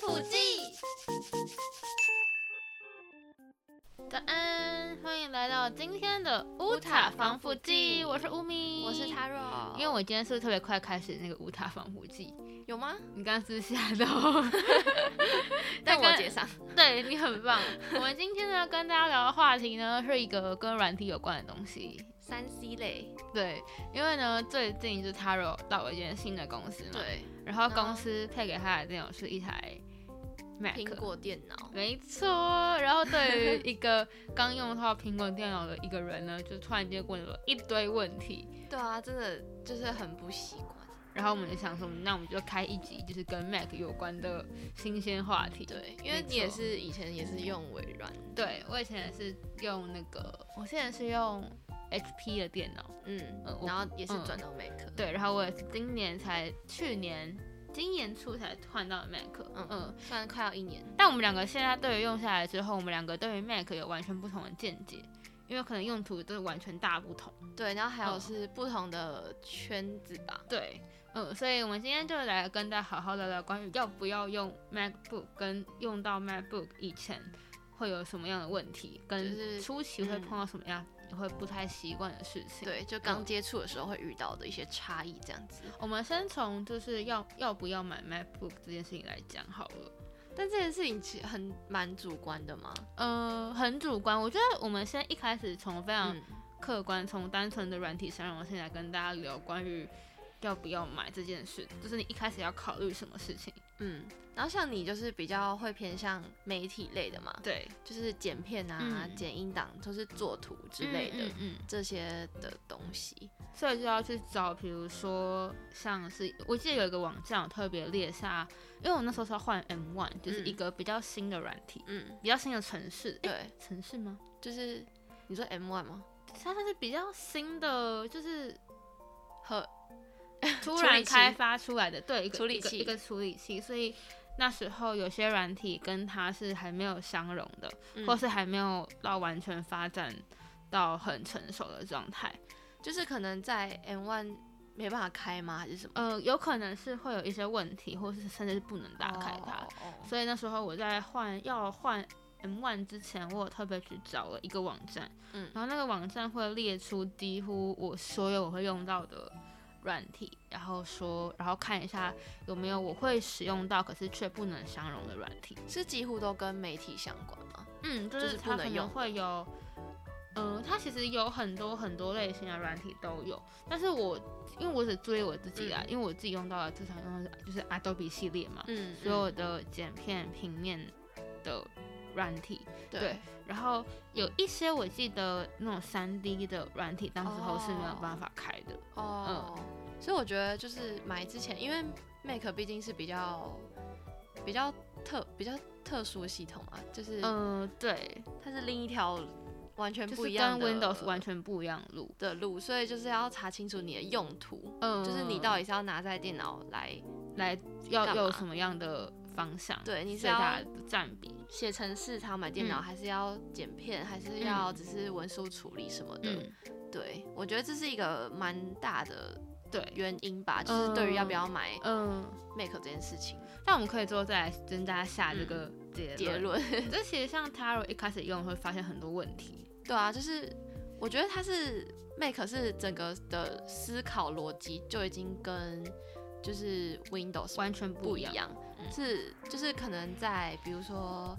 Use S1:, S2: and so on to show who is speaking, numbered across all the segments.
S1: 土记。早安，欢迎来到今天的乌塔防腐剂，我是乌咪，
S2: 我是 Taro，
S1: 因为我今天是不是特别快开始那个乌塔防腐剂？
S2: 有 吗？
S1: 你刚刚是不是吓 到，
S2: 但我接上。
S1: 对你很棒。我们今天呢，跟大家聊的话题呢，是一个跟软体有关的东西。
S2: 三 C 类，
S1: 对，因为呢，最近就是 Taro 到了一间新的公司嘛，，
S2: 对，
S1: 然后
S2: 然后
S1: 公司配给他的电脑是一台 Mac，
S2: 苹果电脑，
S1: 没错，然后对于一个刚用到苹果电脑的一个人呢，就突然间问了一堆问题，
S2: 对啊，真的就是很不习惯。
S1: 然后我们就想说，那我们就开一集就是跟 Mac 有关的新鲜话题。
S2: 对，因为
S1: 没
S2: 你也
S1: 错
S2: 是以前也是用微软，
S1: 对我以前也是用那个，我现在是用 HP 的电脑，
S2: 嗯
S1: 嗯，我
S2: 然后也是
S1: 嗯
S2: 转到 Mac，
S1: 对，然后我也是今年才，去年今年初才换到 Mac，
S2: 嗯
S1: 嗯，
S2: 虽然快要一年，
S1: 但我们两个现在对于用下来之后，我们两个对于 Mac 有完全不同的见解，因为可能用途都是完全大不同。
S2: 对，然后还有
S1: 嗯
S2: 是不同的圈子吧，
S1: 对，嗯，所以我们今天就来跟大家好好聊聊关于要不要用 MacBook，跟用到 MacBook 以前会有什么样的问题，
S2: 就是
S1: 跟初期会
S2: 嗯
S1: 碰到什么样你会不太习惯的事情。，
S2: 对，嗯就刚接触的时候会遇到的一些差异这样子。
S1: 我们先从就是要要不要买 MacBook 这件事情来讲好了。
S2: 但这件事情其实很蛮主观的嘛，
S1: 呃，很主观，我觉得我们先一开始从非常
S2: 嗯，
S1: 客观，从单纯的软体商容性来跟大家聊关于要不要买这件事，就是你一开始要考虑什么事情。
S2: 嗯，然后像你就是比较会偏向媒体类的嘛，
S1: 对
S2: 就是剪片啊、
S1: 嗯
S2: 剪音档，就是作图之类的、
S1: 嗯嗯嗯
S2: 这些的东西。
S1: 所以就要去找，比如说像是我记得有一个网站有特别列下，因为我那时候是要换 M One，就是一个比较新的软体，
S2: 嗯，
S1: 比较新的城市，诶
S2: 对，
S1: 城市吗？
S2: 就是你说 M one 吗？
S1: 它算是比较新的，就是
S2: 和
S1: 突
S2: 处
S1: 然
S2: 理器
S1: 开发出来的，对，一个
S2: 处理
S1: 一个
S2: 器
S1: 一个处理器，所以那时候有些软体跟它是还没有相容的，
S2: 嗯
S1: 或是还没有到完全发展到很成熟的状态。
S2: 就是可能在 M one 没办法开吗？还是什么？
S1: 呃，有可能是会有一些问题，或是甚至是不能打开它。
S2: 哦哦
S1: 所以那时候我在换要换 M One 之前，我有特别去找了一个网站，
S2: 嗯
S1: 然后那个网站会列出几乎我所有我会用到的软体，然后说，然后看一下有没有我会使用到，可是却不能相容的软体。
S2: 是几乎都跟媒体相关吗？
S1: 嗯，就
S2: 就是是不
S1: 它可
S2: 能
S1: 能
S2: 用
S1: 会有，嗯、它其实有很多很多类型的软体都有，但是我因为我只注意我自己啦，因为我自己用到的最常用的就是 Adobe 系列嘛，
S2: 嗯
S1: 所有的剪片、平面的软体，
S2: 对
S1: 对，然后有一些我记得那种三 D 的软体，当时候是没有办法开的。
S2: 哦、
S1: 嗯
S2: 所以我觉得就是买之前，因为 Mac 毕竟是比较比较特比较特殊的系统嘛，就是
S1: 嗯、对，
S2: 它是另一条完全
S1: 就
S2: 不
S1: 是
S2: 一样
S1: 跟
S2: 的
S1: Windows 完全不一样的路。
S2: 的路，所以就是要查清楚你的用途，
S1: 嗯、
S2: 就是你到底是要拿在电脑来
S1: 来要
S2: 干
S1: 要有
S2: 嘛
S1: 什么样的方向？
S2: 对你是
S1: 最大
S2: 要
S1: 的占比。
S2: 写程式才要买电脑，
S1: 嗯
S2: 还是要剪片，还是要只是文书处理什么的？
S1: 嗯，
S2: 对，我觉得这是一个蛮大的
S1: 对，
S2: 原因吧，就是对于要不要买
S1: 嗯、
S2: Mac 这件事情，
S1: 那我们可以之后再来跟大家下这个结
S2: 嗯结
S1: 论。
S2: 论
S1: 这其实像 Taro 一开始用会发现很多问题。
S2: 对啊，就是我觉得它是 Mac 是整个的思考逻辑就已经跟就是 Windows
S1: 完全
S2: 不
S1: 不
S2: 一
S1: 一样，
S2: 样，
S1: 嗯
S2: 是就是可能在比如说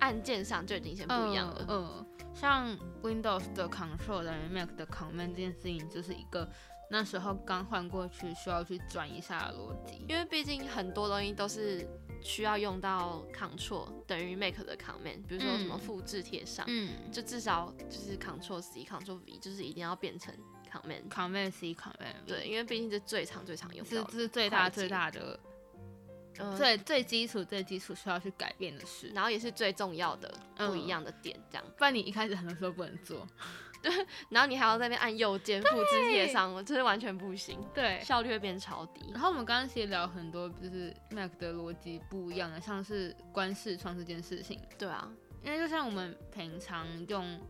S2: 按键上就已经先不一样了。
S1: 嗯、嗯像 Windows 的 Control 等于 Mac 的 Command 这件事情，就是一个那时候刚换过去需要去转一下的逻辑。
S2: 因为毕竟很多东西都是需要用到 Ctrl 等于 Make 的 Command，比如说什么
S1: 嗯
S2: 复制贴上，
S1: 嗯
S2: 就至少就是 Ctrl C、Ctrl V，就是一定要变成 Command。
S1: ，Command C Command V，
S2: 对，因为毕竟是最常最常用
S1: 是
S2: 到的。
S1: 这是最大
S2: 快捷
S1: 最大的、
S2: 嗯，
S1: 最最基础最基础需要去改变的事。
S2: 然后也是最重要的不一样的点，这样。
S1: 不然你一开始很多时候不能做。
S2: 然后你还要在那边按右键复制贴上，这是完全不行，
S1: 对。
S2: 效率会变超低
S1: 然。后我们刚刚其实聊很多，就是 Mac 的逻辑不一样的，像是关视窗这件事情。
S2: 对啊，
S1: 因为就像我们平常用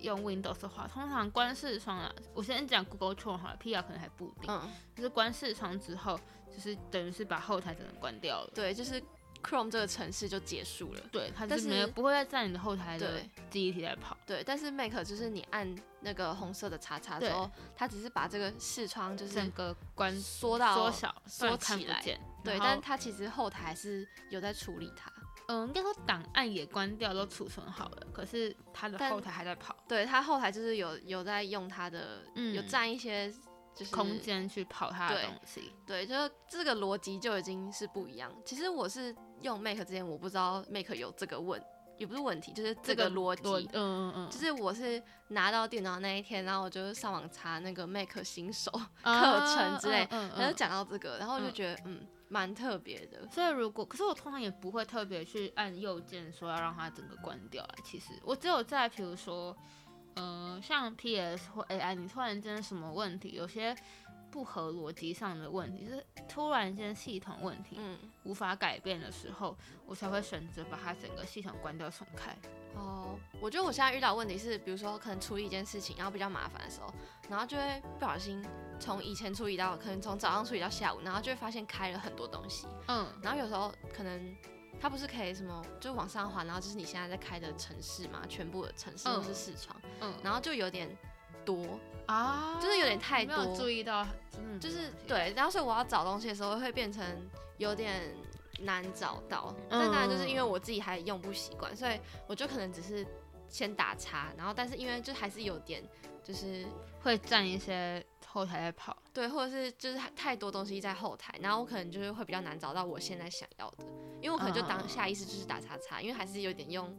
S1: 用 Windows 的话，通常关视窗啊，我先讲 Google Chrome 好了，PR 可能还不一定，
S2: 嗯，
S1: 就是关视窗之后，就是等于是把后台整个关掉了。
S2: 对，就是 Chrome 这个城市就结束了。
S1: 对，它
S2: 但
S1: 就是没有不会再在你的后台的
S2: 对
S1: 记忆体在跑。
S2: 对，但是 Make 就是你按那个红色的叉叉之
S1: 对
S2: 后，它只是把这个视窗就
S1: 整
S2: 是嗯
S1: 个关
S2: 缩到
S1: 缩小、
S2: 缩
S1: 让你看
S2: 起
S1: 不
S2: 来
S1: 见。
S2: 对，
S1: 然
S2: 但
S1: 后
S2: 它其实后台还是有在处理它。
S1: 嗯，应该说档案也关掉都储存好了，可是它的
S2: 但
S1: 后台还在跑，
S2: 对，它后台就是有有在用它的，有
S1: 嗯
S2: 占一些就是
S1: 空间去跑它的
S2: 对
S1: 东西。
S2: 对，就这个逻辑就已经是不一样。其实我是用 Make 之前，我不知道 Make 有这个问，也不是问题，就是这个逻
S1: 逻
S2: 辑。
S1: 嗯嗯嗯，
S2: 就是我是拿到电脑那一天，然后我就上网查那个 Make 新手，
S1: 啊
S2: 程之类
S1: 嗯
S2: 他
S1: 嗯
S2: 就
S1: 嗯
S2: 讲到这个，然后我就
S1: 嗯
S2: 觉得嗯，蛮特别的。
S1: 所以如果，可是我通常也不会特别去按右键说要让它整个关掉啊。其实我只有在比如说，呃，像 PS 或 AI，你突然间什么问题，有些不合逻辑上的问题，就是突然间系统问题
S2: 嗯，
S1: 无法改变的时候，我才会选择把它整个系统关掉重开。
S2: 哦，我觉得我现在遇到的问题是，比如说可能处理一件事情，然后比较麻烦的时候，然后就会不小心从以前处理到可能从早上处理到下午，然后就会发现开了很多东西，
S1: 嗯，
S2: 然后有时候可能它不是可以什么就往上滑，然后就是你现在在开的城市嘛，全部的城市
S1: 嗯
S2: 都是视窗，
S1: 嗯
S2: 然后就有点多，
S1: 啊，
S2: 就是有点太
S1: 没有
S2: 多
S1: 注意到，真的
S2: 就是对，然后所以我要找东西的时候会变成有点难找到，但当然就是因为
S1: 嗯
S2: 我自己还用不习惯，所以我就可能只是先打叉，然后但是因为就还是有点就是
S1: 会占一些后台在跑。
S2: 对，或者是就是太太多东西在后台，然后我可能就是会比较难找到我现在想要的，因为我可能就
S1: 嗯嗯
S2: 当
S1: 嗯
S2: 下意识就是打叉叉，因为还是有点用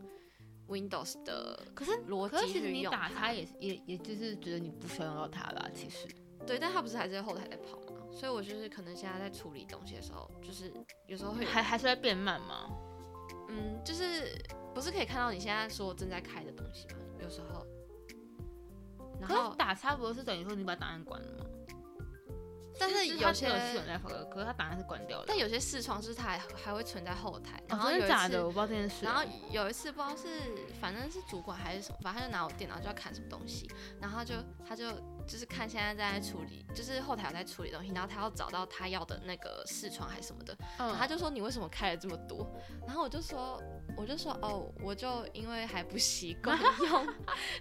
S2: Windows 的
S1: 呃可是
S2: 逻
S1: 可
S2: 辑
S1: 是其实
S2: 去
S1: 你
S2: 用
S1: 打
S2: 它
S1: 它也也也就是觉得你不需要用到它啦，其实。
S2: 对，但它不是还是在后台在跑嘛，所以我就是可能现在在处理东西的时候，就是有时候会有
S1: 还还是会变慢吗？
S2: 嗯，就是不是可以看到你现在说正在开的东西吗？有时候，然
S1: 可
S2: 后
S1: 是打叉不是等于说你把档案关了吗？
S2: 但是
S1: 就
S2: 有
S1: 它
S2: 些
S1: 是，有系统在跑的，可是它档案是关掉的。
S2: 但有些视窗是它还还会存在后台，然
S1: 哦
S2: 后有
S1: 真的
S2: 一次，
S1: 假的？我不知道这件事。欸
S2: 然后有一次不知道是反正是主管还是什么，反正他就拿我电脑就要看什么东西，然后他就他就就是看现在在处理，就是后台有在处理东西，然后他要找到他要的那个视窗还是什么的，然
S1: 嗯，
S2: 后他就说你为什么开了这么多？然后我就说我就说哦，我就因为还不习惯 用，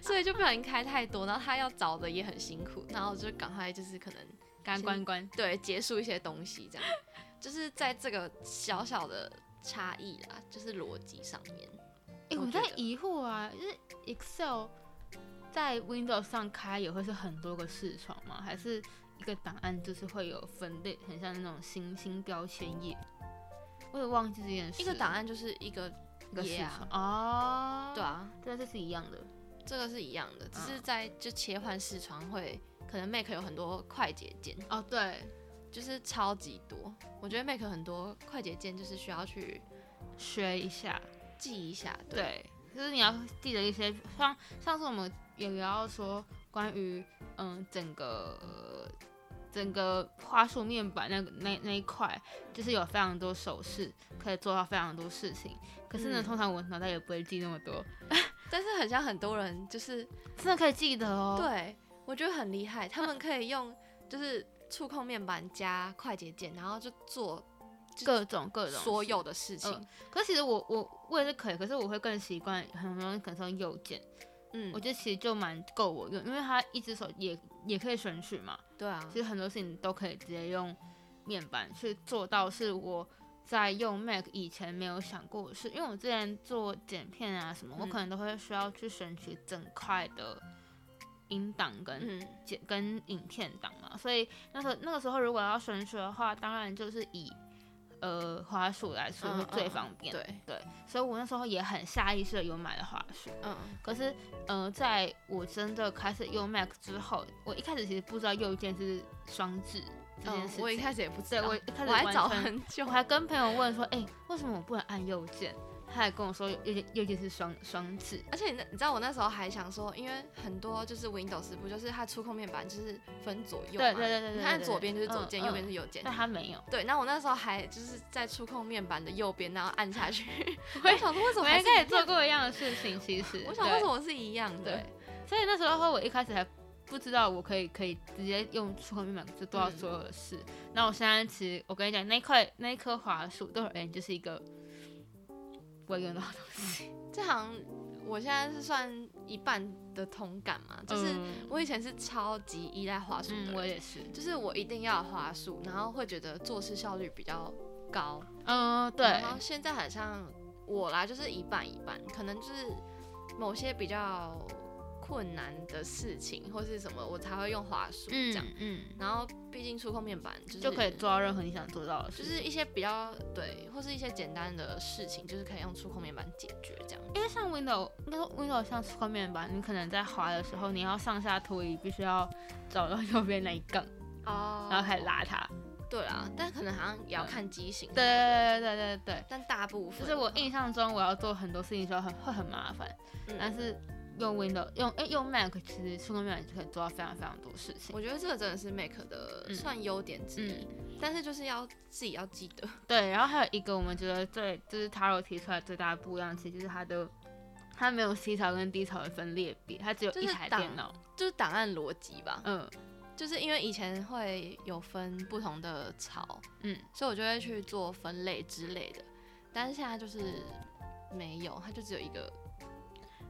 S2: 所以就不小心开太多。然后他要找的也很辛苦，然后我就赶快就是可能
S1: 干关关。
S2: 对结束一些东西，这样就是在这个小小的差异啦，就是逻辑上面。
S1: 哎，
S2: 我
S1: 我
S2: 觉
S1: 在
S2: 得
S1: 疑惑啊，就是 Excel 在 Windows 上开也会是很多个视窗吗？还是一个档案就是会有分类，很像那种星星标签页？我也忘记这件事。
S2: 一个档案就是一个
S1: 一个视
S2: 页啊
S1: 窗哦，
S2: 对，啊，
S1: 对，这是一样的。
S2: 这个是一样的，只
S1: 嗯
S2: 是在就切换视窗会。可能 Make 有很多快捷键，
S1: 哦，对，
S2: 就是超级多。我觉得 Make 很多快捷键就是需要去
S1: 学一下。
S2: 记一下。对，
S1: 对，就是你要记得一些，像上次我们有聊到说关于嗯整个整个花束面板那个那那一块，就是有非常多手势可以做到非常多事情。可是呢，
S2: 嗯
S1: 通常我脑袋也不会记那么多，
S2: 但是很像很多人就是、
S1: 真的可以记得哦。，
S2: 对我觉得很厉害，他们可以用就是触控面板加快捷键，然后就做
S1: 各种各种
S2: 所
S1: 事。
S2: 有的事情。
S1: 可是其实我我我也是可以，可是我会更习惯很容易可能是用右键，
S2: 嗯，
S1: 我觉得其实就蛮够我用，因为它一只手也也可以选取嘛。
S2: 对啊，
S1: 其实很多事情都可以直接用面板去做到，是我在用 Mac 以前没有想过的事。因为我之前做剪片啊什么，我
S2: 嗯
S1: 可能都会需要去选取整块的音档跟
S2: 嗯
S1: 剪、跟影片档嘛，所以那时候那个时候如果要选取的话，当然就是以呃滑鼠来说
S2: 嗯
S1: 是最
S2: 嗯
S1: 方便。
S2: 对，
S1: 所以我那时候也很下意识的有买了滑鼠。
S2: 嗯
S1: 可是，呃，在我真的开始用 Mac 之后，我一开始其实不知道右键是双指这件事
S2: 嗯，
S1: 情。
S2: 我一开始也不知
S1: 对
S2: 道，
S1: 我
S2: 我
S1: 一开始
S2: 还
S1: 完
S2: 找
S1: 全
S2: 很久
S1: 我。还跟朋友问说，哎、为什么我不能按右键？他还跟我说右键右键是双双指。
S2: 而且你那你知道我那时候还想说，因为很多就是 Windows 不就是它触控面板就是分左右
S1: 对
S2: 嘛，
S1: 对对对对
S2: 你看
S1: 对
S2: 左边就是左
S1: 嗯
S2: 键，
S1: 嗯
S2: 右边是右键，
S1: 但他没有，
S2: 对，那我那时候还就是在触控面板的右边，然后按下去。 我想说为什
S1: 我
S2: 么
S1: 们
S2: 还
S1: 应
S2: 是
S1: 该也
S2: 一
S1: 做
S2: 样
S1: 过一样的事情。其实，
S2: 我想为什
S1: 对？
S2: 么是一样的？
S1: 对所以那时候我一开始还不知道我可以可以直接用触控面板就做到所有的事。那、我现在其实我跟你讲，那一块那一颗滑鼠对我而言就是一个不会用到的东西。
S2: 这好像我现在是算一半的同感嘛，就是
S1: 嗯
S2: 我以前是超级依赖话术
S1: 嗯，
S2: 的
S1: 我
S2: 人，
S1: 也是。
S2: 就是我一定要有话术，然后会觉得做事效率比较高。
S1: 嗯，对
S2: 然，后现在好像我啦，就是一半一半，可能就是某些比较困难的事情或是什么，我才会用话术这样。
S1: 嗯嗯，
S2: 然后毕竟触控面板就是
S1: 就可以做到任何你想做到的事。
S2: 就是一些比较对，或是一些简单的事情，就是可以用触控面板解决这样。
S1: 因为像 Windows，应该说 Windows 像是后面吧，你可能在滑的时候，你要上下拖移，必须要找到右边那一杠，
S2: 哦嗯
S1: 然后开始。拉它。
S2: 对啦，但可能好像也要看机型。
S1: 对对对对对对，
S2: 但大部分
S1: 就是我印象中我要做很多事情的时候很会很麻烦，
S2: 嗯
S1: 但是用 Windows 用哎、用 Mac 其实触控面板就可以做到非常非常多事情。
S2: 我觉得这个真的是 Make 的
S1: 嗯
S2: 算优点之一，但是就是要自己要记得。
S1: 对，然后还有一个我们觉得最就是 Taro 提出来最大的不一样，其实就是它的它没有 C 槽跟 D 槽的分裂比，它只有
S2: 就
S1: 一
S2: 是
S1: 台
S2: 档
S1: 电脑。
S2: 就是档案逻辑吧，
S1: 嗯
S2: 就是因为以前会有分不同的槽，
S1: 嗯，
S2: 所以我就会去做分类之类的。但是现在就是没有，它就只有一个，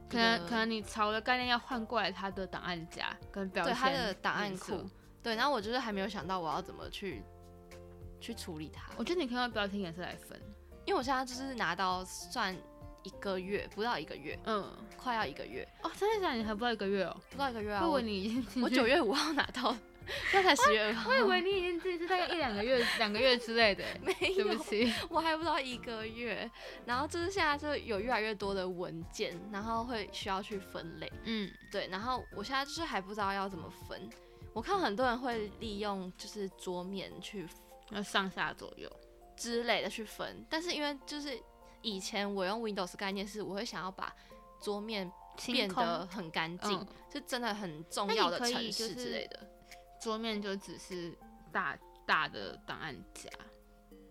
S1: 可
S2: 一
S1: 能
S2: 个
S1: 可能你槽的概念要换过来它的档案夹跟标
S2: 对
S1: 签，
S2: 它的档案
S1: 颜色
S2: 库。对，然后我就是还没有想到我要怎么去去处理它，
S1: 我觉得你可以用标签颜色来分。
S2: 因为我现在就是拿到算一个月，不到一个月，
S1: 嗯，
S2: 快要一个月，
S1: 哦，真的假的？你还不到一个月哦？
S2: 不到一个月啊，
S1: 我
S2: 我
S1: 以为你已经进
S2: 我
S1: 去嗯
S2: 九月五号拿 到，现在才十月二号
S1: 我，以为你已经 进去大概一两个月、两个月之类 的欸。
S2: 没
S1: 对不
S2: 有。
S1: 起，
S2: 我还不到一个月，然后就是现在就有越来越多的文件，然后会需要去分类，
S1: 嗯，
S2: 对，然后我现在就是还不知道要怎么分。我看很多人会利用就是桌面去
S1: 要上下左右。
S2: 之类的去分，但是因为就是以前我用 Windows 概念是，我会想要把桌面变
S1: 清空
S2: 得很干净，
S1: 嗯，
S2: 是真的很重
S1: 那
S2: 要
S1: 你
S2: 的
S1: 可以
S2: 城
S1: 就
S2: 市之
S1: 是
S2: 类的。
S1: 桌面就只是大大的档案夹，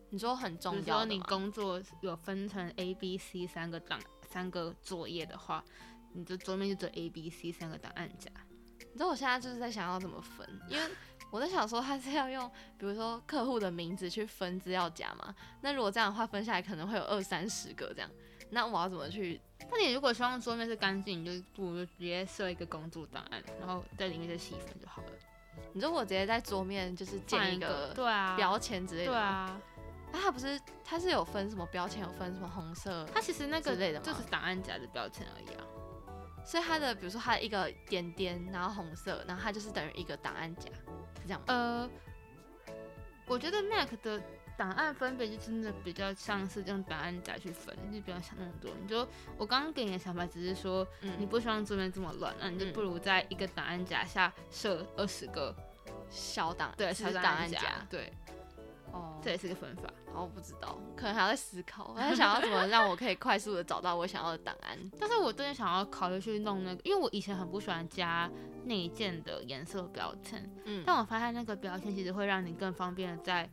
S2: 你说很
S1: 比
S2: 重
S1: 如
S2: 要
S1: 说
S2: 的
S1: 你
S2: 吗
S1: 工作有分成 A、B、C 三个档三个作业的话，你的桌面就只有 A、B、C 三个档案夹。
S2: 你知道我现在就是在想要怎么分，因为我在想说他是要用，比如说客户的名字去分资料夹嘛。那如果这样的话，分下来可能会有二三十个这样。那我要怎么去？
S1: 那你如果希望桌面是干净，你就不如就直接设一个工作档案，然后在里面再细分就好了。
S2: 你说我直接在桌面就是
S1: 换
S2: 建一个
S1: 对啊，
S2: 标签之类
S1: 对
S2: 的吗？
S1: 啊，
S2: 那它不是它是有分什么标签，有分什么红色，
S1: 它其实那个
S2: 之类的吗
S1: 就是档案夹的标签而已啊。
S2: 所以它的比如说它的一个点点，然后红色，然后它就是等于一个档案夹，是这样吗？
S1: 呃，我觉得 Mac 的档案分别就真的比较像是用档案夹去分，你就不要想那么多。你就我刚刚给你的想法只是说，你
S2: 嗯，
S1: 不希望桌面这么乱，那你就
S2: 嗯
S1: 不如在一个档案夹下设二十个
S2: 小档
S1: 对
S2: 只
S1: 小
S2: 是
S1: 档
S2: 档案
S1: 夹
S2: 夹，，
S1: 对，
S2: 哦，
S1: 这也是个分法。
S2: 好，我不知道，可能还要在思考，我在想要怎么让我可以快速的找到我想要的档案。
S1: 但是我最近想要考虑去弄那个，因为我以前很不喜欢加内建的颜色标签，
S2: 嗯，
S1: 但我发现那个标签其实会让你更方便的在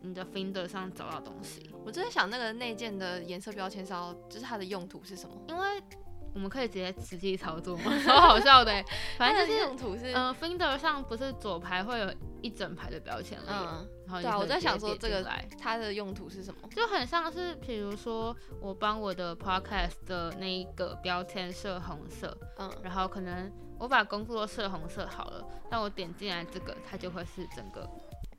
S1: 你的 Finder 上找到东西。
S2: 我就在想那个内建的颜色标签是要，就是它的用途是什么？
S1: 因为我们可以直接实际操作 嘛，超好笑的欸。反正就
S2: 它
S1: 是
S2: 的，用途是，
S1: 嗯、f i n d e r 上不是左排会有一整排的标签而已，
S2: 嗯，
S1: 然后你
S2: 对啊
S1: 可以
S2: 我在想
S1: 直接点
S2: 说这个
S1: 进来
S2: 它的用途是什么？
S1: 就很像是，比如说我帮我的 podcast 的那一个标签设红色，
S2: 嗯，
S1: 然后可能我把工作设红色好了，那我点进来这个，它就会是整个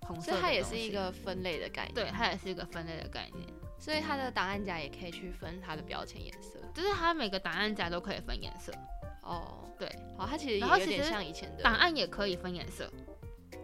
S1: 红色的
S2: 所以
S1: 东西。
S2: 它也是一个分类的概念。
S1: 对，，它也是一个分类的概念，
S2: 所以它的档案夹也可以去分它的标签颜色。
S1: 就是它每个档案夹都可以分颜色，
S2: 哦，
S1: 对，
S2: 好，它其实也
S1: 然后
S2: 有
S1: 其
S2: 点
S1: 实
S2: 像以前
S1: 档
S2: 的，
S1: 案也可以分颜色。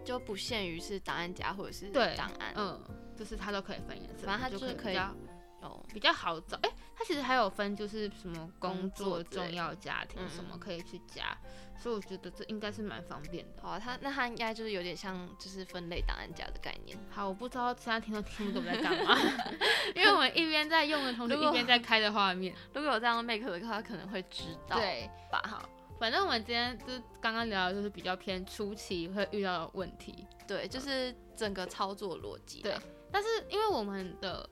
S2: 就不限于是档案夹或者是
S1: 对
S2: 档案。
S1: 嗯，就是它都可以分颜色，
S2: 反正它
S1: 就
S2: 就是可
S1: 比
S2: 以
S1: 较
S2: 哦，
S1: 比较好找。哎、它其实还有分，就是什么工
S2: 工
S1: 作、
S2: 作之类的
S1: 重要家庭
S2: 嗯
S1: 什么可以去加，所以我觉得这应该是蛮方便的。
S2: 好啊，它那它应该就是有点像就是分类档案夹的概念。
S1: 好，我不知道其他听众听不懂我们在干 嘛，因为我们一边在用的同时，
S2: 如果
S1: 一边在开的画面。
S2: 如果有这样 make 的话，可能会知道。
S1: 对，
S2: 吧
S1: 好，反正我们今天就是刚刚聊的就是比较偏初期会遇到的问题，
S2: 对，就是整个操作逻辑啦。
S1: 但是因为我们的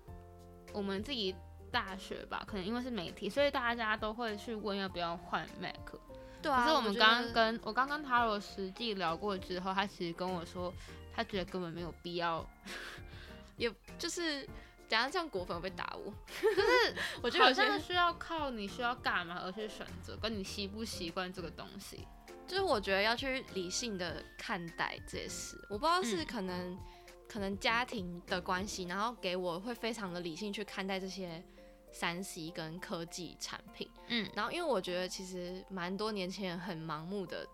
S1: 我们自己大学吧，可能因为是媒体，所以大家都会去问要不要换 Mac。
S2: 对啊。
S1: 可是我们刚
S2: 觉
S1: 刚
S2: 得
S1: 跟我刚跟 Taro 实际聊过之后，他其实跟我说，他觉得根本没有必要。
S2: 就是等下这样果粉会被打我，就是 我
S1: 我
S2: 觉
S1: 觉得好
S2: 得有些
S1: 像需要靠你需要干嘛而去选择，跟你习不习惯这个东西。
S2: 就是我觉得要去理性的看待这些事，我不知道是
S1: 嗯
S2: 可能、可能家庭的关系，然后给我会非常的理性去看待这些三 C 跟科技产品，
S1: 嗯，
S2: 然后因为我觉得其实蛮多年轻人很盲目的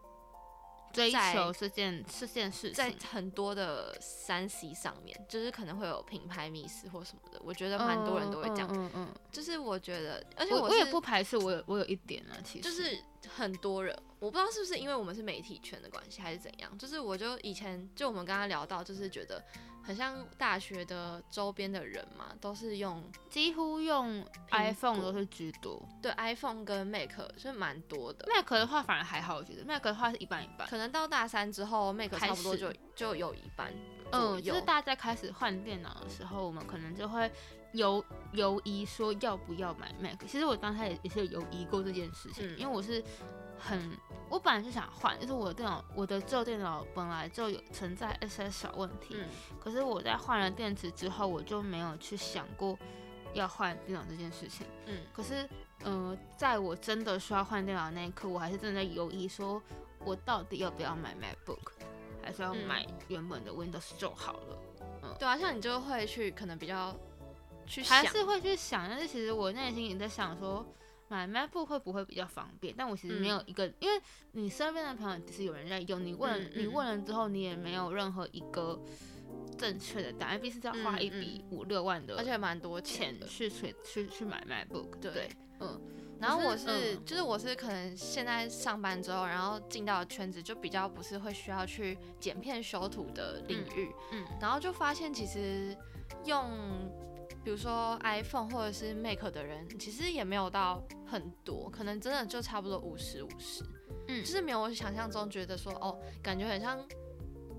S1: 追
S2: 在
S1: 求这件这件事
S2: 在
S1: 情，
S2: 很多的三 C 上面，就是可能会有品牌迷失或什么的，我觉得蛮多人都会这样，
S1: 嗯嗯，嗯
S2: 就是我觉得，而且
S1: 我
S2: 是
S1: 也不排斥，我有我有一点啊，其实
S2: 就是很多人，我不知道是不是因为我们是媒体圈的关系，还是怎样。就是我就以前就我们刚刚聊到，就是觉得很像大学的周边的人嘛，都是用
S1: 几乎用
S2: 果
S1: iPhone 都是居多
S2: 对 iPhone 跟 Mac 是蛮多的。
S1: ，Mac 的话反而还好，我觉得 Mac 的话是一半一半，
S2: 可能到大三之后，Mac
S1: 开
S2: 差不多
S1: 始
S2: 就就有一半左
S1: 嗯，就是
S2: 右。
S1: 大家开始换电脑的时候，我们可能就会犹犹疑说要不要买 Mac。其实我当下也也是有犹疑过这件事情，
S2: 嗯
S1: 因为我是很，我本来是想换，就是我的电脑，我的旧电脑本来就有存在一些小问题，
S2: 嗯，
S1: 可是我在换了电池之后，我就没有去想过要换电脑这件事情。
S2: 嗯，
S1: 可是，嗯、在我真的需要换电脑那一刻，我还是真的犹疑，说我到底要不要买 MacBook，还是要
S2: 嗯
S1: 买原本的 Windows 就好了。
S2: 对啊，像你就会去可能比较去想
S1: 还，是会去想，但是其实我内心也在想说，买 MacBook 会不会比较方便？但我其实没
S2: 嗯
S1: 有一个，因为你身边的朋友只是有人在用，你问了、
S2: 嗯嗯
S1: 你问了之后，你也没有任何一个正确的答案，毕竟是要花
S2: 嗯
S1: 一笔五六万的，
S2: 而且蛮多钱
S1: 钱
S2: 的。
S1: 去去去去买 MacBook，
S2: 对
S1: 对，嗯，
S2: 然后
S1: 可
S2: 我
S1: 是
S2: 是，
S1: 嗯
S2: 就是我是可能现在上班之后，然后进到圈子就比较不是会需要去剪片修图的领域，
S1: 嗯
S2: 然后就发现其实用比如说 iPhone 或者是 Mac 的人，其实也没有到很多，可能真的就差不多五十五十，
S1: 嗯
S2: 就是没有我想象中觉得说哦，感觉很像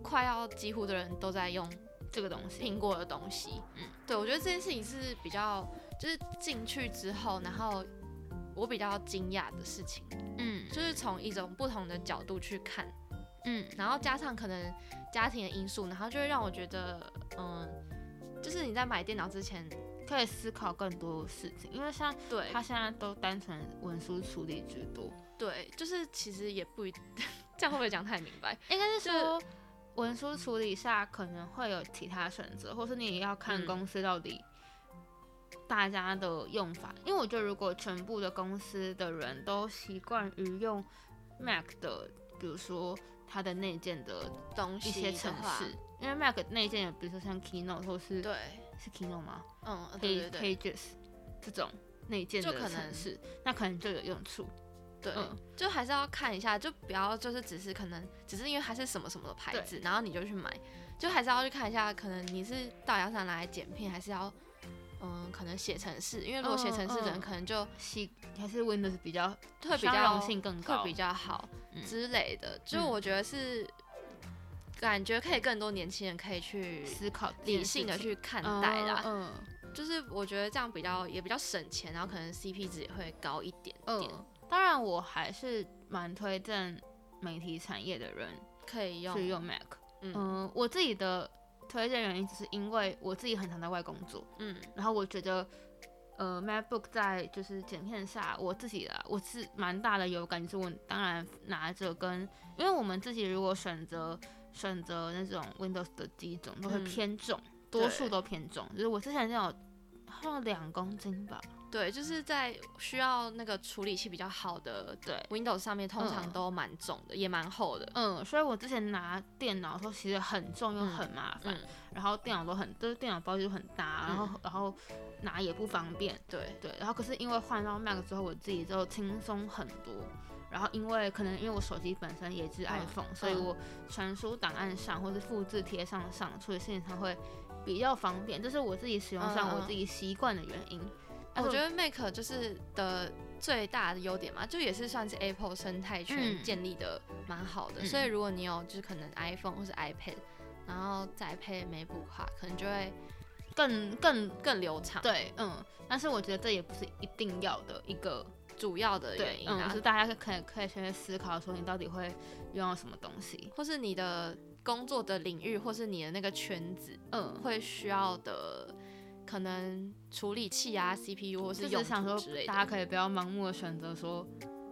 S2: 快要几乎的人都在用
S1: 这个东西，
S2: 苹果的东西。
S1: 嗯，
S2: 嗯对，我觉得这件事情是比较，就是进去之后，然后我比较惊讶的事情，
S1: 嗯
S2: 就是从一种不同的角度去看，
S1: 嗯
S2: 然后加上可能家庭的因素，然后就会让我觉得，嗯，就是你在买电脑之前，
S1: 可以思考更多事情，因为像
S2: 对
S1: 他现在都单纯文书处理居多，
S2: 对，就是其实也不一， 这样会不会讲太明白？
S1: 应该是
S2: 就
S1: 说文书处理下可能会有其他选择，或是你也要看
S2: 嗯
S1: 公司到底大家的用法。因为我觉得如果全部的公司的人都习惯于用 Mac 的，比如说它的内建的
S2: 东
S1: 一
S2: 西
S1: 些
S2: 的
S1: 程
S2: 话
S1: 式，因为 Mac 内建有比如说像 Keynote 或是
S2: 对，
S1: 是 Keynote 吗？
S2: 嗯，对对
S1: Page
S2: 对
S1: Pages 这种内建
S2: 就
S1: 的
S2: 可能
S1: 程式，那可能就有用处。
S2: 对。
S1: 嗯
S2: 就还是要看一下，就不要就是只是可能只是因为它是什么什么的牌子，然后你就去买，就还是要去看一下，可能你是到底要拿来剪片，还是要嗯可能写程式，因为如果
S1: 嗯
S2: 写程式的人
S1: 嗯
S2: 可能就
S1: 系还是 Windows 比较
S2: 会比
S1: 包
S2: 较
S1: 容性更高，
S2: 会比较好
S1: 嗯
S2: 之类的，就
S1: 嗯
S2: 我觉得是感觉可以更多年轻人可以去
S1: 思考这件
S2: 理性的
S1: 事情
S2: 去看待啦，
S1: 嗯
S2: 就是我觉得这样比较也比较省钱，然后可能 CP 值也会高一点
S1: 嗯
S2: 点，
S1: 嗯当然我还是蛮推荐媒体产业的人
S2: 可以用
S1: 去用 Mac。
S2: 嗯
S1: 嗯、我自己的推荐原因只是因为我自己很常在外工作，
S2: 嗯
S1: 然后我觉得。呃，MacBook 在就是剪片下，我自己啊的我是蛮大的有感，就是我当然拿着跟，因为我们自己如果选择选择那种 Windows 的机种，都会
S2: 嗯
S1: 偏重，多数
S2: 对
S1: 都偏重。就是我之前就有好像两公斤吧，
S2: 对，就是在需要那个处理器比较好的
S1: 嗯对
S2: Windows 上面，通常
S1: 嗯
S2: 都蛮重的，也蛮厚的。
S1: 嗯，所以我之前拿电脑的时候，其实很重又
S2: 嗯
S1: 很麻烦，
S2: 嗯，
S1: 然后电脑都很，就是电脑包就很大，然后、
S2: 嗯
S1: 然后拿也不方便，
S2: 对，
S1: 对。然后可是因为换到 Mac 之后，我自己就轻松很多。然后因为可能因为我手机本身也是
S2: 嗯
S1: iPhone，、所以
S2: 嗯
S1: 我传输档案上或是复制贴上上处理事情上会比较方便，这是我自己使用
S2: 嗯
S1: 上
S2: 嗯
S1: 我自己习惯的原因。
S2: 啊我觉
S1: 得
S2: 得 Mac 就是的最大的优点嘛，就也是算是 Apple 生态圈
S1: 嗯
S2: 建立的蛮好的。
S1: 嗯
S2: 所以如果你有就是可能 iPhone 或是 iPad，然后再配 MacBook 的话，可能就会
S1: 更更
S2: 更流畅。，
S1: 对，嗯，但是我觉得这也不是一定要的一个
S2: 主要的
S1: 对
S2: 原，因
S1: 嗯，
S2: 啊
S1: 是，大家可以可以先去思考说你到底会用到什么东西，
S2: 或是你的工作的领域，或是你的那个圈子
S1: 嗯，
S2: 会需要的。可能处理器啊、CPU 或
S1: 就是是
S2: 用
S1: 想说
S2: 途之类
S1: 大家
S2: 的，
S1: 可以不要盲目的选择说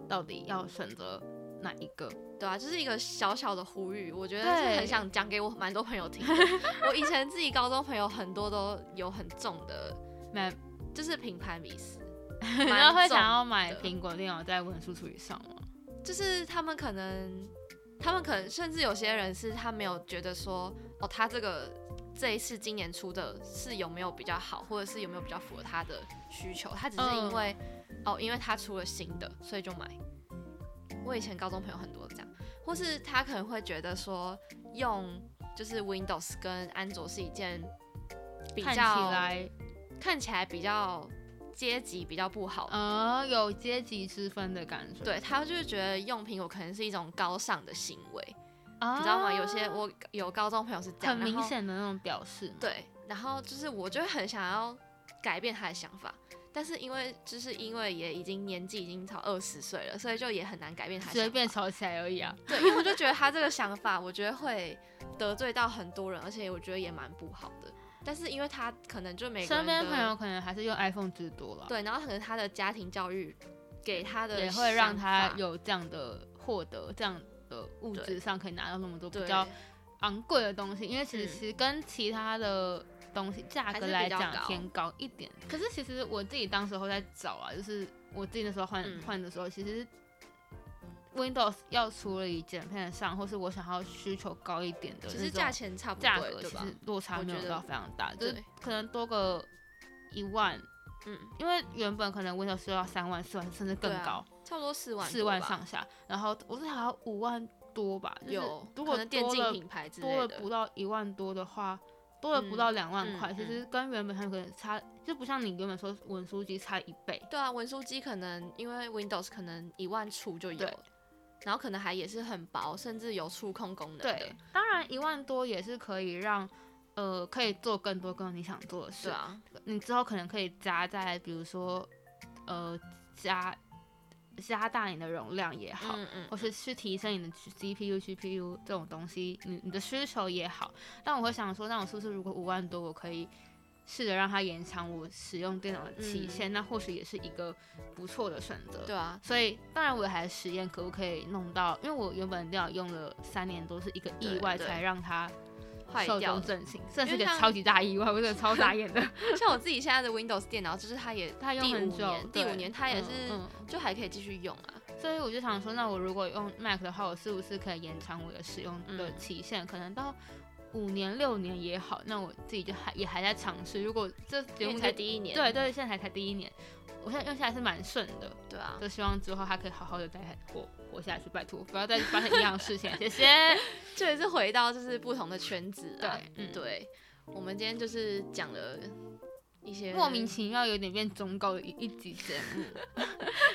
S1: 到底要选择哪一个。
S2: 对啊，就是一个小小的呼吁，我觉得
S1: 对
S2: 是很想讲给我蛮多朋友听的。 我以前自己高中朋友很多都有很重的，
S1: 买，
S2: 就是品牌迷 思，
S1: 然后会
S2: 蛮重
S1: 想要买
S2: 的
S1: 苹果电脑在文书处理上吗？
S2: 就是他们可能，他们可能甚至有些人是他没有觉得说，哦，他这个这一次今年出的是有没有比较好，或者是有没有比较符合他的需求，他只是
S1: 嗯
S2: 因为、哦，因为他出了新的，所以就买。我以前高中朋友很多这样，或是他可能会觉得说用就是 Windows 跟安卓是一件比较
S1: 看起来
S2: 看起来比较阶级比较不好的
S1: 呃有阶级之分的感觉，
S2: 对他就是觉得用苹果可能是一种高尚的行为，
S1: 啊，
S2: 你知道吗？有些我有高中朋友是这样，
S1: 很
S2: 然
S1: 明
S2: 后
S1: 显的那种表示。，
S2: 对，然后就是我就会很想要改变他的想法，但是因为就是因为也已经年纪已经超二十岁了，所以就也很难改变他的想
S1: 随
S2: 法。
S1: 便吵起来而已啊。
S2: 对，因为我就觉得他这个想法，我觉得会得罪到很多人，而且我觉得也蛮不好的。但是因为他可能就每个
S1: 身
S2: 人
S1: 边
S2: 的
S1: 朋友可能还是用 iPhone 居多了，
S2: 对，然后可能他的家庭教育给他的
S1: 也会让
S2: 想
S1: 他
S2: 法
S1: 有这样的获得这样的物
S2: 对
S1: 质上可以拿到那么多比
S2: 对
S1: 较昂贵的东西，因为其实
S2: 嗯
S1: 其实跟其他的东西价
S2: 还
S1: 格
S2: 是比
S1: 来
S2: 较
S1: 讲
S2: 高
S1: 偏高一点。可是其实我自己当时候在找啊，就是我自己那时候换
S2: 嗯
S1: 换、的时候，其实 Windows 要处理剪片上，或是我想要需求高一点的
S2: 其
S1: 那
S2: 实
S1: 种
S2: 价钱差不
S1: 价
S2: 多，
S1: 格，
S2: 对
S1: 其
S2: 吧
S1: 实？落差
S2: 我
S1: 没
S2: 觉
S1: 有
S2: 得
S1: 到非常大，就是
S2: 对
S1: 可能多个一万。
S2: 嗯，
S1: 因为原本可能 Windows 就要三万、四万，甚至更
S2: 对啊
S1: 高，
S2: 差不多四万，
S1: 四、万。上下。然后我是好像五万多吧，就是
S2: 有，
S1: 如
S2: 可
S1: 果
S2: 能电
S1: 多
S2: 竞
S1: 了
S2: 品牌之
S1: 多
S2: 类
S1: 了
S2: 的，
S1: 不到一万多的话，多了不
S2: 嗯
S1: 到两万块，
S2: 嗯
S1: 其实跟原本它可能差，就不像你原本说文书机差一倍。
S2: 对啊，文书机可能因为 Windows 可能一万出就有
S1: 对
S2: 了，然后可能还也是很薄，甚至有触控功能的，
S1: 对，当
S2: 嗯
S1: 然一万多也是可以让，呃，可以做更多更多你想做的事
S2: 对。啊，
S1: 你之后可能可以加在，比如说，呃，加加大你的容量也好，
S2: 嗯嗯，
S1: 或是去提升你的 CPU、GPU 这种东西，你你的需求也好。但我会想说，那我是不是如果五万多，我可以试着让它延长我使用电脑的期限？那或许也是一个不错的选择。
S2: 嗯对啊，
S1: 所以，当然我也还实验可不可以弄到，因为我原本电脑用了三年多，是一个意外
S2: 对对
S1: 才让它
S2: 坏
S1: 寿
S2: 掉
S1: 终
S2: 了。
S1: 正寝，算是
S2: 因
S1: 个
S2: 为像
S1: 超级大意外，我真的超傻 眼的。
S2: 像我自己现在的 Windows 电脑，就是它也
S1: 它用
S2: 第
S1: 很
S2: 五
S1: 久，
S2: 年，第
S1: 对
S2: 五年它也是
S1: 嗯嗯
S2: 就还可以继续用啊，
S1: 所以我就想说，那我如果用 Mac 的话，我是不是可以延长我的使用的
S2: 嗯
S1: 期限？可能到五年、六年也好。那我自己就还也还在尝试。如果这节
S2: 因
S1: 目
S2: 为
S1: 就
S2: 才第一年，
S1: 对对，现在才才第一年，我现在用下来是蛮顺的，
S2: 对啊，
S1: 就希望之后它可以好好的再活活下去，拜托，不要再发生一样的事情，谢谢。
S2: 这也是回到就是不同的圈子啊，
S1: 对嗯
S2: 对，我们今天就是讲了一些
S1: 莫名其妙有点变忠告的一一集节目，
S2: 嗯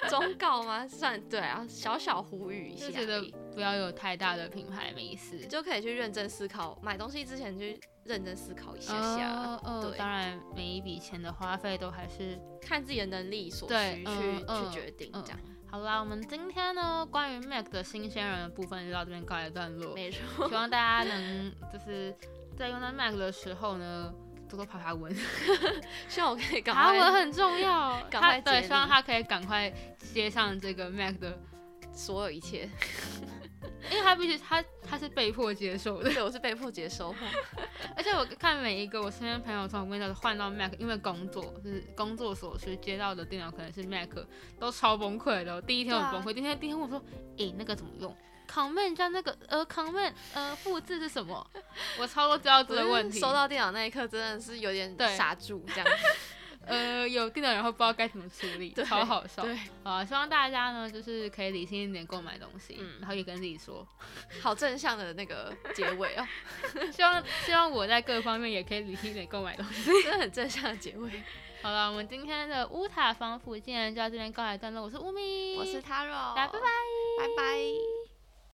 S2: 忠告吗？算对啊，小小呼吁一
S1: 就
S2: 下而已，
S1: 觉得不要有太大的品牌迷思。
S2: 就可以去认真思考，买东西之前去认真思考一下下，
S1: 哦哦
S2: 对，
S1: 当然每一笔钱的花费都还是
S2: 看自己的能力所
S1: 对
S2: 需去、
S1: 嗯嗯
S2: 去决定
S1: 嗯
S2: 这样，
S1: 好啦，我们今天呢关于 Mac 的新鲜人的部分就到这边告一段落。
S2: 没错。
S1: 希望大家能就是在用到 Mac 的时候呢，多多爬爬文，
S2: 希望 我可以 赶
S1: 爬文
S2: 快
S1: 很重要。
S2: 赶
S1: 他
S2: 快
S1: 对，
S2: 解
S1: 希望
S2: 离
S1: 他可以赶快接上这个 Mac 的，
S2: 所有 一切，
S1: 因为他必须他他是被迫接受的。
S2: 对我是被迫接收，
S1: 而且我看每一个我身边朋友从 Windows 换到 Mac，因为工作就是工作所需接到的电脑可能是 Mac，都超崩溃的哦。第一天
S2: 对
S1: 我
S2: 啊
S1: 崩溃，第一天第一天我说，诶、那个怎么用？Command 加那个呃 Command 呃复制是什么？ 我超多知道这个问题。
S2: 收到电脑那一刻真的是有点
S1: 对
S2: 傻住这样，
S1: 呃有电脑然后不知道该怎么处理，
S2: 对
S1: 超好笑。
S2: 对，
S1: 好啊，希望大家呢就是可以理性一点购买东西，
S2: 嗯
S1: 然后也跟自己说，
S2: 好正向的那个结尾哦，
S1: 希望希望我在各方面也可以理性一点购买东西。
S2: 真的很正向的结尾。
S1: 好了，我们今天的乌塔防腐竟然就到这边告一段落。我是乌咪，
S2: 我是 Taro，
S1: 来拜拜
S2: 拜拜。